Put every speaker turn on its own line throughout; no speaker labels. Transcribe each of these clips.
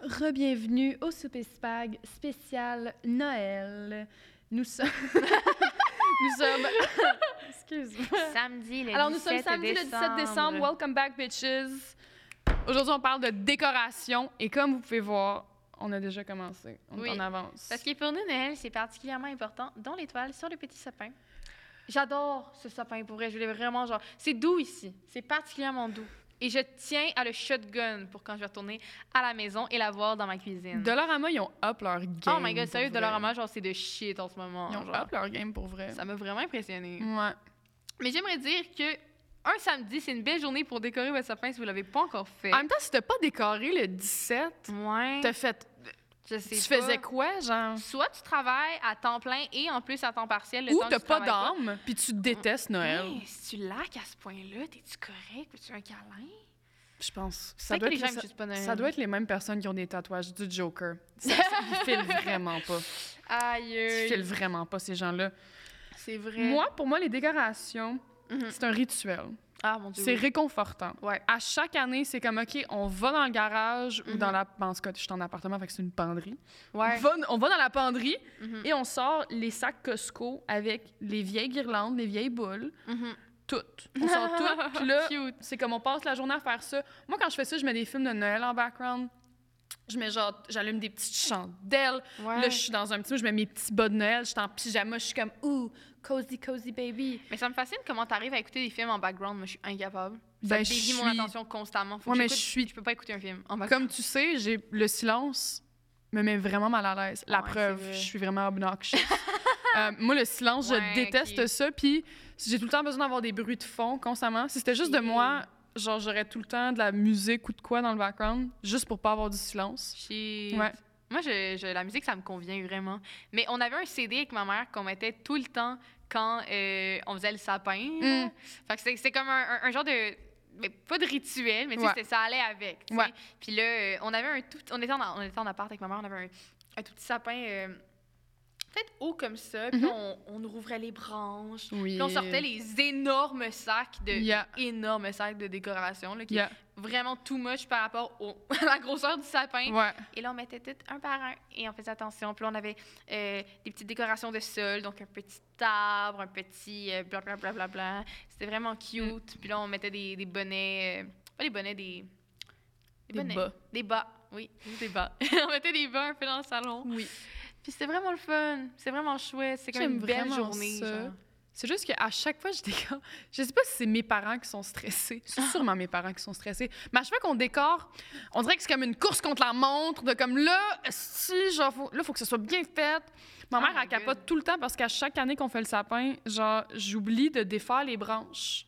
Rebienvenue au Souper Spag spécial Noël. Nous sommes. nous sommes. Excuse-moi.
Samedi le
Alors, nous sommes samedi le 17 décembre. Welcome back, bitches. Aujourd'hui, on parle de décoration. Et comme vous pouvez voir, on a déjà commencé. On
Oui.
est en avance.
Parce que pour nous, Noël, c'est particulièrement important, dont l'étoile sur le petit sapin. J'adore ce sapin, pour vrai. Je l'ai vraiment genre. C'est doux ici. C'est particulièrement doux. Et je tiens à le shotgun pour quand je vais retourner à la maison et l'avoir dans ma cuisine.
Dollarama, ils ont up leur game.
oh my god,
pour
sérieux,
vrai.
Dolorama, genre, c'est de shit en ce moment.
Ils ont
genre.
up leur game pour vrai.
Ça m'a vraiment impressionné.
Ouais.
Mais j'aimerais dire que un samedi, c'est une belle journée pour décorer votre sapin si vous l'avez pas encore fait.
En même temps, si t'as pas décoré le 17,
Ouais.
t'as fait.
Je sais
Tu
pas.
faisais quoi, genre?
Soit tu travailles à temps plein et en plus à temps partiel. Le
Ou
temps que
t'as
tu
pas
travailles
d'âme, puis tu
Mm.
détestes Noël.
Hey, si tu laques à ce point-là, t'es-tu correct? Veux-tu un câlin?
Je pense. Ça
Peut-être
doit,
que les
être
gens
les,
aiment juste pas Noël.
ça doit être les mêmes personnes qui ont des tatouages du Joker. Ça, ça ils filent vraiment pas.
Aïe,
Ils
aïe.
filent vraiment pas, ces gens-là.
C'est vrai.
Moi, pour moi, les décorations,
Mhm.
c'est un rituel.
Ah, mon Dieu.
C'est
oui.
réconfortant.
Ouais.
À chaque année, c'est comme, OK, on va dans le garage ou
Mhm.
dans la... ben, En tout cas, je suis en appartement, fait que c'est une penderie.
Ouais.
On, va, on va dans la penderie
Mhm.
et on sort les sacs Costco avec les vieilles guirlandes, les vieilles boules,
Mhm.
toutes. On sort toutes. Puis là,
Cute.
C'est comme on passe la journée à faire ça. Moi, quand je fais ça, je mets des films de Noël en background. Je mets genre, j'allume des petites chandelles.
Ouais.
Là, je suis dans un petit, je mets mes petits bas de Noël, je suis en pyjama, je suis comme, ouh, cozy, cozy baby.
Mais ça me fascine comment t'arrives à écouter des films en background. Moi, je suis incapable. Ça
Ben, je
dévie
suis.
mon attention constamment. Faut
Ouais,
que
mais je
j'écoute-
suis.
Je peux pas écouter un film en background.
Comme tu sais, j'ai le silence me met vraiment mal à l'aise. La
Ah Ouais,
preuve,
c'est vrai.
je suis vraiment obnoxious. Euh, moi, le silence,
Ouais,
je déteste
ok.
ça. Puis j'ai tout le temps besoin d'avoir des bruits de fond constamment. Si c'était juste de
Ok.
moi, genre j'aurais tout le temps de la musique ou de quoi dans le background, juste pour pas avoir du silence.
Shit.
Ouais.
Moi, je, je- la musique, ça me convient vraiment. Mais on avait un CD avec ma mère qu'on mettait tout le temps quand euh, on faisait le sapin. là.
Mm.
Fait que c'est- c'est comme un, un- un genre de. Mais pas de rituel, mais tu sais,
Ouais.
c'était- ça allait avec. tu sais.
Ouais.
Puis là, euh, on avait un tout. On était, en, on était en appart avec ma mère, on avait un, un tout petit sapin. euh, Peut-être haut comme ça, puis
Mhm.
on, on ouvrait les branches,
Oui.
puis on sortait les énormes sacs de
Yeah.
énormes sacs de décoration là, qui
Yeah.
est vraiment too much par rapport au, à la grosseur du sapin.
Ouais.
Et là, on mettait tout un par un et on faisait attention. Puis là, on avait euh, des petites décorations de sol, donc un petit arbre, un petit euh, blablabla. bla bla. C'était vraiment cute. Puis là, on mettait des, des bonnets, euh, pas des bonnets, des, des, bonnets. Des bas, oui, juste des bas. on mettait des bas un peu dans le salon.
Oui.
Puis c'était vraiment le fun. C'est vraiment chouette. C'est comme une
J'aime
belle
vraiment
journée.
ça.
genre.
C'est juste qu'à chaque fois, je décore. Je sais pas si c'est mes parents qui sont stressés. C'est sûrement mes parents qui sont stressés. Mais à chaque fois qu'on décore, on dirait que c'est comme une course contre la montre. De comme là, si, genre, faut, là, faut que ce soit bien fait. Ma
Oh
mère,
my
elle capote
God.
tout le temps parce qu'à chaque année qu'on fait le sapin, genre, j'oublie de défaire les branches.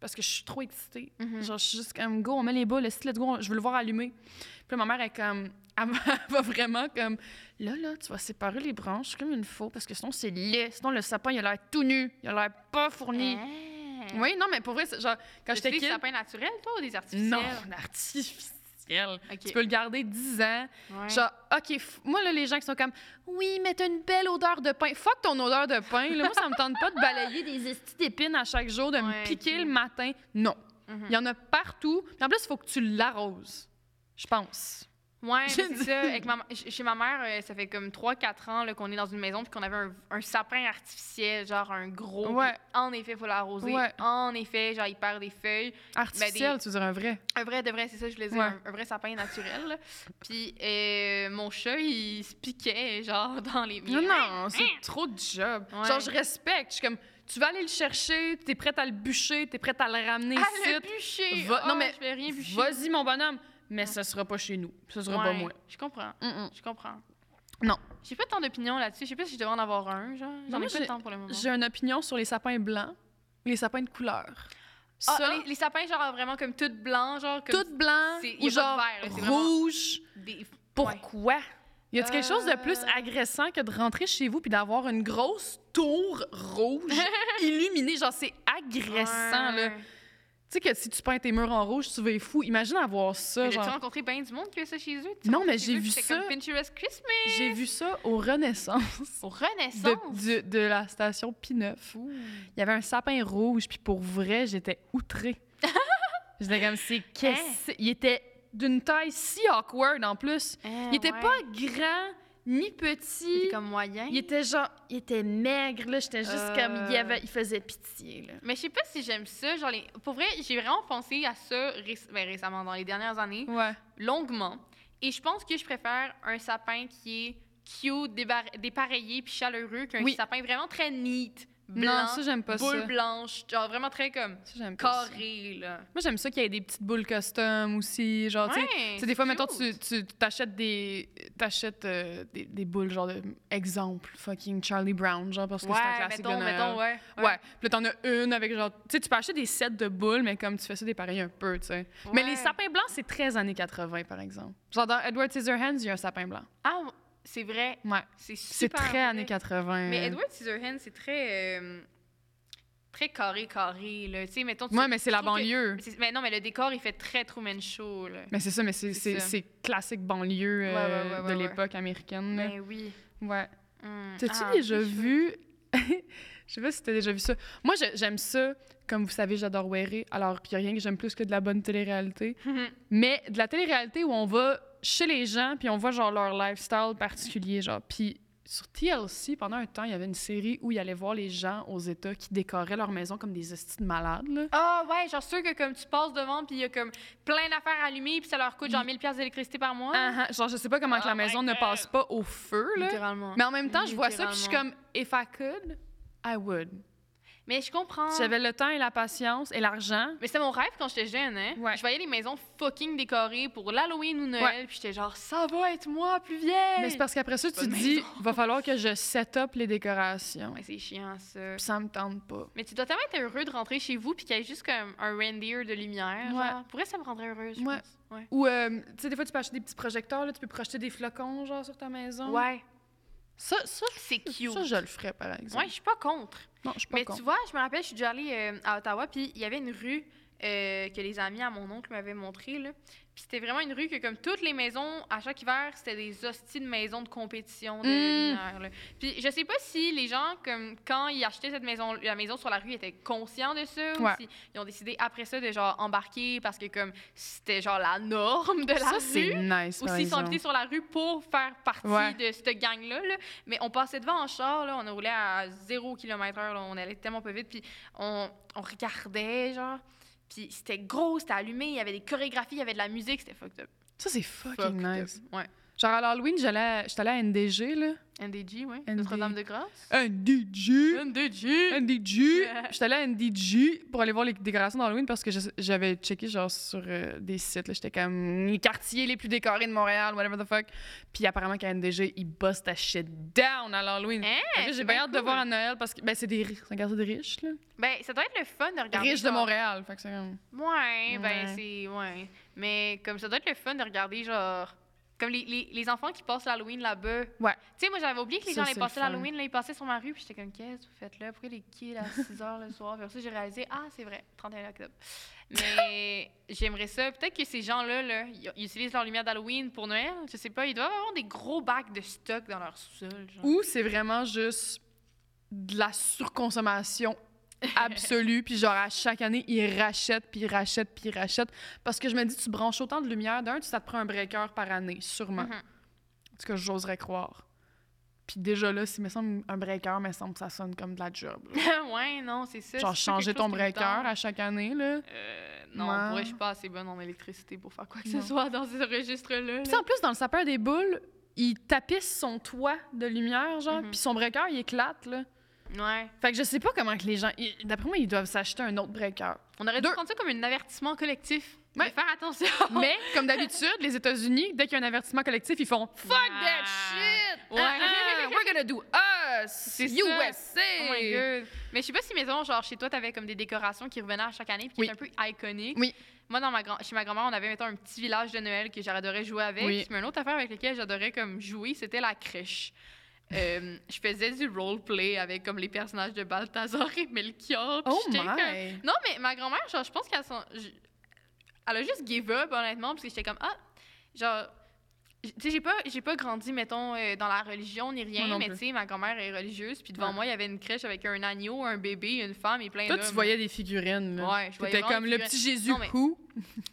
Parce que je suis trop excitée.
Mhm.
Genre, je suis juste comme, go, on met les boules, let's let's go, on- je veux le voir allumé. Puis là, ma mère est comme, elle va, elle va vraiment comme, là, là, tu vas séparer les branches comme une faux, parce que sinon, c'est laid. Sinon, le sapin, il a l'air tout nu, il a l'air pas fourni.
Ah.
Oui, non, mais pour vrai, c'est genre, quand
T'as-tu
j'étais
des
kid.
sapins naturels, toi, ou des artificiels?
Non, artificiel.
OK.
Tu peux le garder 10 ans.
Ouais.
Genre, OK, f- moi, là, les gens qui sont comme, oui, mais t'as une belle odeur de pain. Fuck ton odeur de pain. Là, moi, ça me tente pas de balayer des estis d'épines à chaque jour, de
Ouais,
me piquer
ok.
le matin. Non.
Mhm.
Il y en a partout. Puis en plus, il faut que tu l'arroses, je pense.
Ouais, mais
J'ai
c'est
dit-
ça. Avec ma- ch- chez ma mère, euh, ça fait comme 3-4 ans là, qu'on est dans une maison puis qu'on avait un, un sapin artificiel, genre un gros. puis
Ouais.
En effet, il faut l'arroser.
Ouais.
En effet, genre, il perd des feuilles.
Artificiel,
Ben,
tu dirais un vrai.
Un vrai, de vrai, c'est ça, je voulais dire,
Ouais.
un, un vrai sapin naturel. là. Puis euh, mon chat, il se piquait, genre, dans les
Non, non, c'est trop de job.
Ouais.
Genre, je respecte. Je suis comme, tu vas aller le chercher, t'es prête à le bûcher, t'es prête à le ramener
Ah, le
ici.
bûcher!
Va-
non,
non,
mais
mais
Ah, je vais rien bûcher.
Vas-y, mon bonhomme. Mais ce sera pas chez nous. Ce sera pas
Ouais,
moi.
Je comprends,
Mm-mm.
je comprends.
Non.
J'ai pas tant d'opinion là-dessus. Je sais pas si je devrais en avoir un, genre. J'en
moi,
ai pas le
j'ai-
temps pour le moment.
J'ai une opinion sur les sapins blancs, les sapins de couleur.
Ah,
Ça,
les, les sapins, genre, vraiment comme tout blanc, genre, comme
tout blanc
c'est- y a pas
ou
de
genre
vert, là, c'est vraiment-
rouge.
des... Ouais.
Pourquoi? Y a-t-il quelque chose de plus
Euh.
agressant que de rentrer chez vous puis d'avoir une grosse tour rouge illuminée? Genre, c'est agressant, là.
Ouais.
Tu sais que si tu peins tes murs en rouge, tu vas être fou. Imagine avoir ça,
Mais J'ai
genre.
rencontré bien du monde qui a ça chez eux.
Non, mais j'ai vu
C'est comme
ça.
Pinterest Christmas.
J'ai vu ça au Renaissance.
Au
De,
Renaissance.
du- de la station P9. Il y avait un sapin
Hein?
rouge, puis pour vrai, j'étais outrée. J'étais comme, c'est qu'est-ce? Il était d'une taille si awkward en plus. Il était
Ah ouais.
pas grand ni petit.
Il était comme moyen.
Il était genre, il était maigre, là. J'étais juste
Hein? Euh.
comme, il, avait- il faisait pitié, là.
Mais je sais pas si j'aime ça. Genre les- Pour vrai, j'ai vraiment pensé à ça réc- ben, récemment, dans les dernières années,
Ouais.
longuement. Et je pense que je préfère un sapin qui est cute, débar- dépareillé puis chaleureux qu'un
Oui.
sapin vraiment très neat, blanc,
Non, ça, j'aime pas
boule
ça.
blanche, genre vraiment très comme
Ça, j'aime pas ça.
carré, là.
Moi, j'aime ça qu'il y ait des petites boules custom aussi. Genre, tu sais,
Ouais,
Tu sais, des fois,
c'est
mettons, tu
cute.
tu- t'achètes des, t'achètes, euh, des, des boules, genre, de, exemple, fucking Charlie Brown, genre, parce que c'est un
Ouais,
classique
mettons,
de Noël.
mettons, ouais.
ouais. Puis là, t'en as une avec, genre, tu sais, tu peux acheter des sets de boules, mais comme tu fais ça dépareillé un peu, tu sais. Mais les
Ouais.
sapins blancs, c'est très années 80, par exemple. Genre, dans Edward Scissorhands, il y a un sapin blanc.
Ah, c'est vrai.
Ouais.
C'est super.
C'est très
vrai.
années 80.
Mais Edward Scissorhands, c'est très. euh, très carré, carré, là. Tu sais, mettons. tu-
Ouais, mais c'est
je
la
trouve que-
banlieue.
Mais c'est- Mais non, mais le décor, il fait très Truman Show, là.
Mais c'est ça, mais c'est-
C'est
c'est
ça.
c'est classique banlieue
Ouais,
euh,
ouais, ouais,
de
ouais, ouais.
l'époque américaine. là.
Mais Ben oui.
Ouais.
Hmm.
T'as-tu
Ah,
déjà
c'est chouette.
vu... Je sais pas si t'as déjà vu ça. Moi, je- j'aime ça. Comme vous savez, j'adore Weiré. Alors, puis y a rien que j'aime plus que de la bonne télé-réalité. Mais de la télé-réalité où on va chez les gens, puis on voit genre leur lifestyle particulier, genre. Puis sur TLC, pendant un temps, il y avait une série où il allait voir les gens aux États qui décoraient leur maison comme des hosties de malades, là.
Ah, ouais, genre sûr que comme tu passes devant, puis il y a comme plein d'affaires allumées, puis ça leur coûte genre 1000 pièces d'électricité par mois.
Ah, ah, Genre, je sais pas comment que
Oh
la
my
maison ne
God.
passe pas au feu, là.
Littéralement.
Mais en même temps, je vois ça, puis je suis
Littéralement.
comme, if I could, I would.
Mais je comprends.
Si j'avais le temps et la patience et l'argent,
Mais c'était mon rêve quand j'étais jeune, hein?
Ouais.
Je voyais les maisons fucking décorées pour l'Halloween ou Noël,
Ouais.
puis j'étais genre, ça va être moi plus vieille!
Mais c'est parce qu'après ça,
Pas
tu
de
dis,
maison.
va falloir que je set up les décorations.
Ouais, c'est chiant, ça.
Puis ça me tente pas.
Mais tu dois tellement être heureux de rentrer chez vous, puis qu'il y ait juste comme un reindeer de lumière.
Ouais.
genre. Pour vrai, ça me rendrait heureuse, je
Ouais.
pense. Ouais.
Ou, euh, tu sais, des fois, tu peux acheter des petits projecteurs, là, tu peux projeter des flocons, genre, sur ta maison.
Ouais.
Ça, ça,
C'est cute.
ça, je le ferais, par exemple.
Ouais, je suis pas contre.
Non, je suis pas
Mais
contre.
tu vois, je me rappelle, je suis déjà allée euh, à Ottawa, puis il y avait une rue euh, que les amis à mon oncle m'avaient montrée, là. Puis c'était vraiment une rue que, comme toutes les maisons, à chaque hiver, c'était des hosties de maisons de compétition. De
Mm.
lumière, là. Puis je sais pas si les gens, comme quand ils achetaient cette maison, la maison sur la rue, étaient conscients de ça,
Ouais.
ou si ils ont décidé après ça de, genre, embarquer parce que, comme, c'était, genre, la norme de la
Ça,
rue.
c'est nice,
Ou
par
s'ils sont
exemple.
invités sur la rue pour faire partie
Ouais.
de cette gang-là. là. Mais on passait devant en char, là, on roulait à 0 km heure, là, on allait tellement pas vite, puis on, on regardait, genre. Puis c'était gros, c'était allumé, il y avait des chorégraphies, il y avait de la musique, c'était fucked up.
Ça, c'est fucking
Fucked up.
nice.
Ouais.
Genre, à l'Halloween, j'allais, j'étais allée à NDG, là.
NDG, ouais.
ND.
Notre-Dame-de-Grâce. Hein?
NDG!
NDG!
NDG! J'étais allée à NDG pour aller voir les décorations d'Halloween parce que je- j'avais checké genre sur euh, des sites. là. J'étais comme les quartiers les plus décorés de Montréal, whatever the fuck. Puis apparemment qu'à NDG, ils bossent ta shit down à l'Halloween.
Hein,
Fait que
c'est
J'ai bien
bien
hâte de
cool.
voir à Noël parce que ben, c'est des riches, c'est un quartier de riches. Là.
Ben, ça doit être le fun de regarder.
riches de
genre-
Montréal. Fait que c'est comme-
Ouais, ben,
Ouais.
c'est. Ouais. Mais comme ça doit être le fun de regarder, genre. Comme les, les, les enfants qui passent l'Halloween là-bas.
Ouais.
Tu sais, moi, j'avais oublié que les gens
Ça,
allaient
c'est le
passer
fun.
l'Halloween, là, ils passaient sur ma rue, puis j'étais comme, qu'est-ce que vous faites là? Pourquoi les kids à 6 h le soir? Puis après ça, j'ai réalisé, ah, c'est vrai, 31 octobre. Mais j'aimerais ça. Peut-être que ces gens-là, là, ils ils utilisent leur lumière d'Halloween pour Noël. Je sais pas, ils doivent avoir des gros bacs de stock dans leur sous-sol. genre.
Ou c'est vraiment juste de la surconsommation absolue. puis genre, à chaque année, ils rachètent, puis ils rachètent, puis ils rachètent. Parce que je me dis, tu branches autant de lumière. D'un, tu- ça te prend un breaker par année, sûrement.
Mhm.
En tout cas, j'oserais croire. Puis déjà là, si me semble un breaker, me semble que ça sonne comme de la job. là.
ouais, non, c'est ça. c'est
Genre
pas quelque
changer
chose
ton
qui me
breaker
tente.
à chaque année là.
Euh, non,
Ouais.
pour vrai, je suis pas assez bonne en électricité pour faire quoi que
Non.
ce soit dans ce registre-là.
Puis
là.
en plus dans le sapin des boules, il tapisse son toit de lumière genre,
Mhm.
puis son breaker il éclate là.
Ouais.
Fait que je sais pas comment que les gens ils- d'après moi ils doivent s'acheter un autre breaker.
On aurait
Deux.
dû prendre ça comme un avertissement collectif.
Ouais.
Mais faire attention.
Mais comme d'habitude, les États-Unis, dès qu'il y a un avertissement collectif, ils font fuck
Ah.
that shit.
Ouais.
Uh-uh, we're gonna do us
C'est ça.
USA.
Oh my god. Mais je sais pas si maison, genre chez toi, t'avais comme des décorations qui revenaient à chaque année puis qui
Oui.
étaient un peu iconiques.
Oui.
Moi, dans ma grand chez ma grand-mère, on avait, mettons, un petit village de Noël que j'adorais jouer avec.
Oui.
Mais une autre affaire avec laquelle j'adorais comme jouer, c'était la crèche. Euh, je faisais du roleplay avec comme les personnages de Balthazar et Melchior. puis
Oh
j'étais comme-
my.
Non, mais ma grand-mère, genre, je pense qu'elle s'en- je- Elle a juste give up, honnêtement, parce que j'étais comme, ah, genre, J- Tu sais, j'ai pas, j'ai pas grandi, mettons, euh, dans la religion ni rien,
non
mais
plus.
tu sais, ma grand-mère est religieuse, puis devant
Ouais.
moi, il y avait une crèche avec un agneau, un bébé, une femme et plein
Toi,
d'hommes.
tu voyais des figurines. Là.
Ouais, je voyais
T'étais
vraiment
comme
des
le
figurines.
petit Jésus
Non, mais-
coup.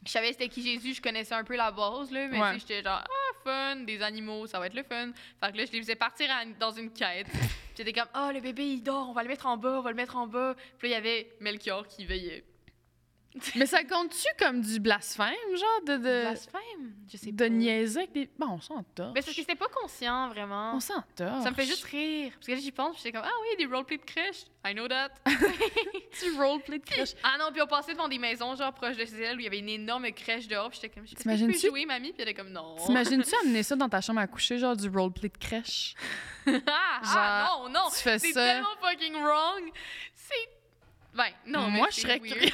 Je savais c'était qui Jésus, je connaissais un peu la base, là, mais
Ouais.
tu sais, j'étais genre, ah, fun, des animaux, ça va être le fun. Fait que là, je les faisais partir à- dans une quête. Puis j'étais comme, ah, le bébé, il dort, on va le mettre en bas, on va le mettre en bas. Puis là, il y avait Melchior qui veillait.
Mais ça compte-tu comme du blasphème, genre de, de,
Blasphème, je sais
de
pas.
niaiser avec des. Bon, on s'en torche.
Mais c'est parce que c'était pas conscient, vraiment.
On s'en torche.
Ça me fait juste rire. Parce que là, j'y pense, puis j'étais comme, ah oui, des roleplay de crèche, I know that.
petit roleplay de crèche.
ah non, puis on passait devant des maisons, genre proches de chez elle, où il y avait une énorme crèche dehors, puis j'étais comme, est-ce que je peux
T'imagines-tu?
jouer, mamie? Puis elle était comme, non.
T'imagines-tu amener ça dans ta chambre à coucher, genre du roleplay de crèche?
ah, ah, non, non!
tu fais
C'est
ça.
tellement fucking wrong. C'est. Ben, non, mais
Moi, je
c'est
serais
weird.
curieuse. Ben,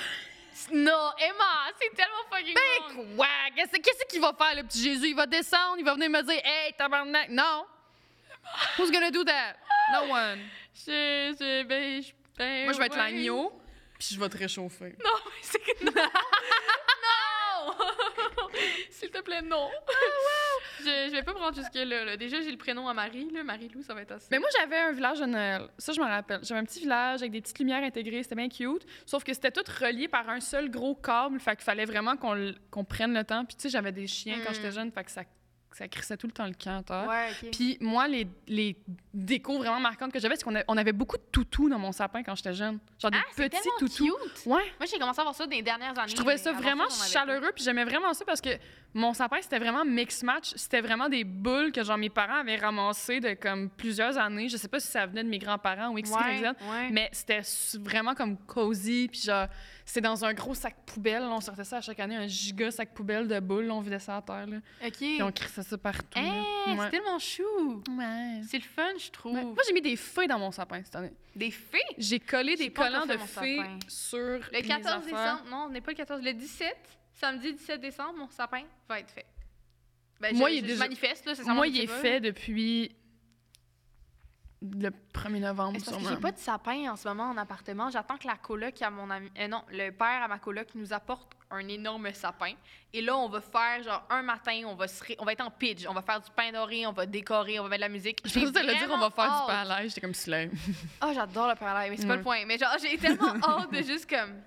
Non, Emma, c'est tellement fucking wrong.
Quoi? Qu'est-ce qu'est-ce qu'il va faire, le petit Jésus? Il va descendre, il va venir me dire, hey, tabarnak. Non! Who's gonna do that? No one.
Je, je, ben, je, ben,
Moi, je vais être
ouais.
l'agneau, puis je vais te réchauffer.
Non, mais c'est que. Non! non! S'il te plaît, non. je, je vais pas me rendre jusque-là. là. Déjà, j'ai le prénom à Marie. là. Marie-Lou, ça va être assez.
Mais moi, j'avais un village de Noël. Ça, je me rappelle. J'avais un petit village avec des petites lumières intégrées. C'était bien cute. Sauf que c'était tout relié par un seul gros câble. Fait qu'il fallait vraiment qu'on l- qu'on prenne le temps. Puis, tu sais, j'avais des chiens quand
Mm.
j'étais jeune. Fait que ça, ça crissait tout le temps le camp. à terre.
Ouais, ok.
Puis, moi, les, les décos vraiment marquantes que j'avais, c'est qu'on a- on avait beaucoup de toutous dans mon sapin quand j'étais jeune. Genre des
ah, c'est
petits
tellement
toutous.
cute.
Ouais.
Moi, j'ai commencé à voir ça dans les dernières années.
Je trouvais
mais
ça
avant
vraiment
j'en avais pas.
chaleureux, puis j'aimais vraiment ça parce que mon sapin, c'était vraiment mix-match. C'était vraiment des boules que genre mes parents avaient ramassées de comme plusieurs années. Je sais pas si ça venait de mes grands-parents ou X, Y, Z,
Ouais, ouais.
mais c'était s- vraiment comme cozy, puis genre, c'était dans un gros sac poubelle. là. on sortait ça à chaque année, un giga sac poubelle de boules. là, on vidait ça à terre, là.
Ok.
Puis on crissait ça partout. là.
Hey,
Ouais.
c'est tellement chou.
Ouais.
C'est le fun, je trouve.
Ouais. Moi, j'ai mis des fées dans mon sapin cette année.
Des fées?
J'ai collé
J'ai
des
pas
collants
encore
de
fait mon
fées
sapin.
sur
Le 14
mes
décembre, non, on n'est pas le 14, le 17, samedi 17 décembre, mon sapin va être fait. Ben, je-
Moi,
je,
il est
je
déjà-
manifeste, là, c'est
Moi, il est fait depuis le 1er novembre,
Parce que
sûrement.
j'ai pas de sapin en ce moment en appartement. J'attends que la coloc à mon ami. euh, non, le père à ma coloc nous apporte un énorme sapin. Et là, on va faire genre un matin, on va, se ré- on va être en pitch, on va faire du pain doré, on va décorer, on va mettre de la musique.
Je pensais que t'allais dire on va faire du Mm.
pain
pain à l'ail, j'étais comme slime.
Ah, j'adore le parallèle, mais c'est pas
Ouais.
le point. Mais genre, j'ai tellement hâte de juste comme.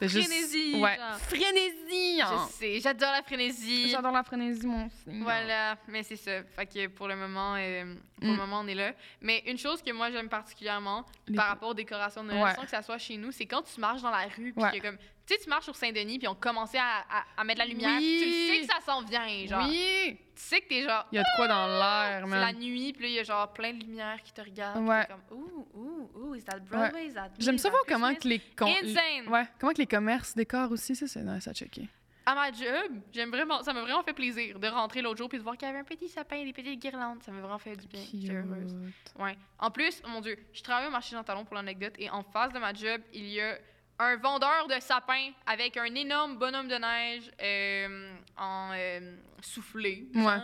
C'est juste-
Frénésie,
Ouais.
genre.
Frénésie! hein.
Je sais, j'adore la frénésie.
J'adore la frénésie, mon signe.
Voilà, mais c'est ça. Fait que pour le moment, euh, pour le
Mm.
moment, on est là. Mais une chose que moi j'aime particulièrement
Les
par
po-
rapport aux décorations de Noël,
Ouais.
sans que ça soit chez nous, c'est quand tu marches dans la rue, puis
Ouais.
qu'il y a comme, tu sais, tu marches sur Saint-Denis, puis on commençait à, à- à mettre la lumière, puis tu le sais que ça s'en vient, genre,
Oui!
tu sais que t'es genre,
Il y a de quoi dans l'air,
c'est la
man.
nuit, puis là, il y a genre plein de lumière qui te regarde,
Ouais.
puis t'es comme, ouh, ouh, ouh, is that Broadway, is that
J'aime
me, is
savoir
that
comment que
Christmas?
les... com-
Insane!
Ouais, comment que les commerces décorent aussi, ça, c'est nice à checker.
À ma job, j'aime vraiment, ça m'a vraiment fait plaisir de rentrer l'autre jour puis de voir qu'il y avait un petit sapin et des petites guirlandes. Ça m'a vraiment fait du bien. J'étais heureuse.
Cute.
Ouais. En plus, oh mon Dieu, je travaille au marché Jean Talon pour l'anecdote et en face de ma job, il y a un vendeur de sapins avec un énorme bonhomme de neige euh, en euh, soufflé. genre.
Ouais.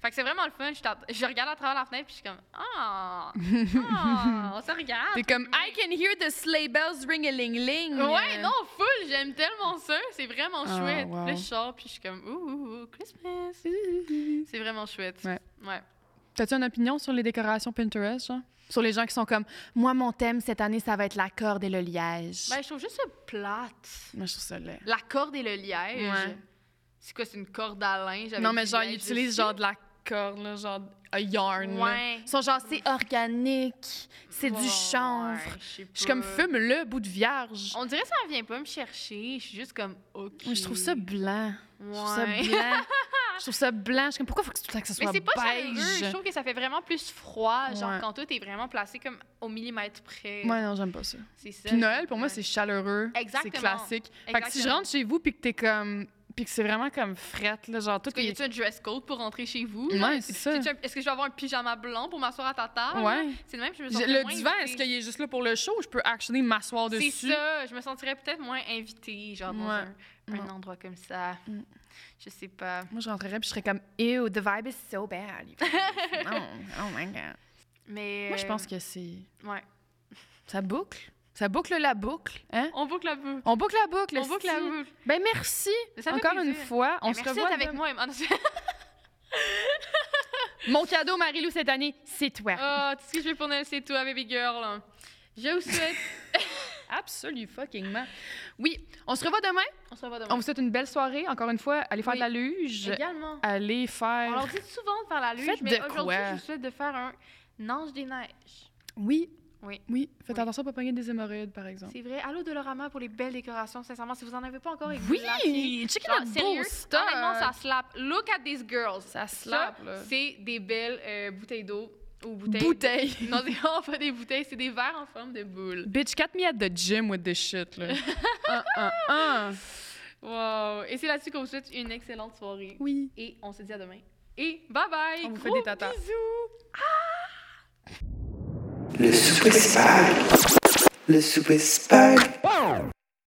Fait que c'est vraiment le fun. Je, t'att- je regarde à travers la fenêtre puis je suis comme Ah, ah on se regarde.
T'es comme « I can hear the sleigh bells ring a ling ling ».
Ouais, non, full, j'aime tellement ça. C'est vraiment
hein? Ah,
chouette.
wow.
Là, je sors puis je suis comme Ouh, ouh, ouh, Christmas. C'est vraiment chouette.
Ouais.
Ouais.
T'as-tu une opinion sur les décorations Pinterest, genre? Sur les gens qui sont comme « Moi, mon thème cette année, ça va être la corde et le liège
Ben, je trouve juste ça plate.
Moi, je trouve ça laid.
La corde et le liège.
Ouais.
C'est quoi, c'est une corde à linge? avec
Non, mais
du
genre,
liège
ils utilisent
dessus?
genre de la corde, là, genre un yarn. là.
Ouais.
Ils sont genre, c'est organique, c'est
Ouais,
du chanvre.
ouais, sais
Je suis comme,
pas.
fume-le, bout de vierge.
On dirait que ça vient pas me chercher. Je suis juste comme, OK.
Moi, je trouve ça blanc. Je trouve ça
Ouais.
blanc. je trouve ça blanc. Je suis comme, pourquoi faut que tout le temps que ce
Mais
soit
c'est pas chaleureux. Je
beige?
trouve que ça fait vraiment plus froid, genre
Ouais.
quand tout est vraiment placé comme au millimètre près.
Ouais, non, j'aime pas ça.
C'est ça.
Puis Noël, pour moi,
Ouais.
c'est chaleureux. C'est
Exactement.
classique. Fait que si je
Exactement.
rentre chez vous, puis que t'es comme... Puis que c'est vraiment comme frette, là, genre tout
Parce que y a-tu un dress code pour rentrer chez vous?
Ouais,
genre?
c'est ça.
T'as-tu un- Est-ce que je vais avoir un pyjama blanc pour m'asseoir à ta table?
Ouais.
C'est le même, je me sens
Le divan, est-ce qu'il est juste là pour le show ou je peux actually m'asseoir dessus?
C'est ça, je me sentirais peut-être moins invitée, genre dans
Ouais.
un, un
Ouais.
endroit comme ça.
Mm.
Je sais pas.
Moi, je rentrerais puis je serais comme Ew, the vibe is so bad. You guys. non, oh my god.
Mais.
Moi, je pense
euh,
que c'est.
Ouais.
Ça boucle. Ça boucle la boucle. Hein?
On boucle la boucle.
On boucle la boucle.
On boucle la
esti.
boucle.
Ben, merci.
Ça fait
Encore
plaisir.
une fois, on
Mais
se
merci
revoit.
d'être avec
demain.
moi. Emma.
Mon cadeau, Marie-Lou, cette année, c'est toi.
Oh,
Ah.
tout ce que je fais pour Noël, c'est toi, baby girl. Je vous souhaite.
Absolu fuckingment. Oui, on se revoit demain.
On se revoit
On
demain.
vous souhaite une belle soirée. Encore une fois, allez faire
Oui.
de la luge.
Également.
Allez
On
faire.
leur dit souvent de faire la luge,
Ah. Faites
mais
de
aujourd'hui,
quoi? Oh.
je vous souhaite de faire un ange des neiges.
Oui.
Oui.
Oui. Faites
Oui.
attention pour pas pogner des hémorroïdes, par exemple.
C'est vrai. Allô, Dolorama, pour les belles décorations, sincèrement. Si vous en avez pas encore et que vous l'achetez,
Oui! Check
genre,
notre
sérieux,
beau stuff!
honnêtement, ça slap. Look at these girls.
Ça
Ça,
slappe, là.
c'est des belles euh, bouteilles d'eau ou bouteilles.
Bouteille!
Non, c'est vraiment pas des bouteilles, c'est des verres en forme de boule.
Bitch, cat me at the gym with this shit, là. un, un, un.
Wow. Et c'est là-dessus qu'on vous souhaite une excellente soirée.
Oui.
Et on se dit à demain. Et bye bye.
On vous fait
Gros
des tatas.
Bisous.
Le souper spag. Le souper spag.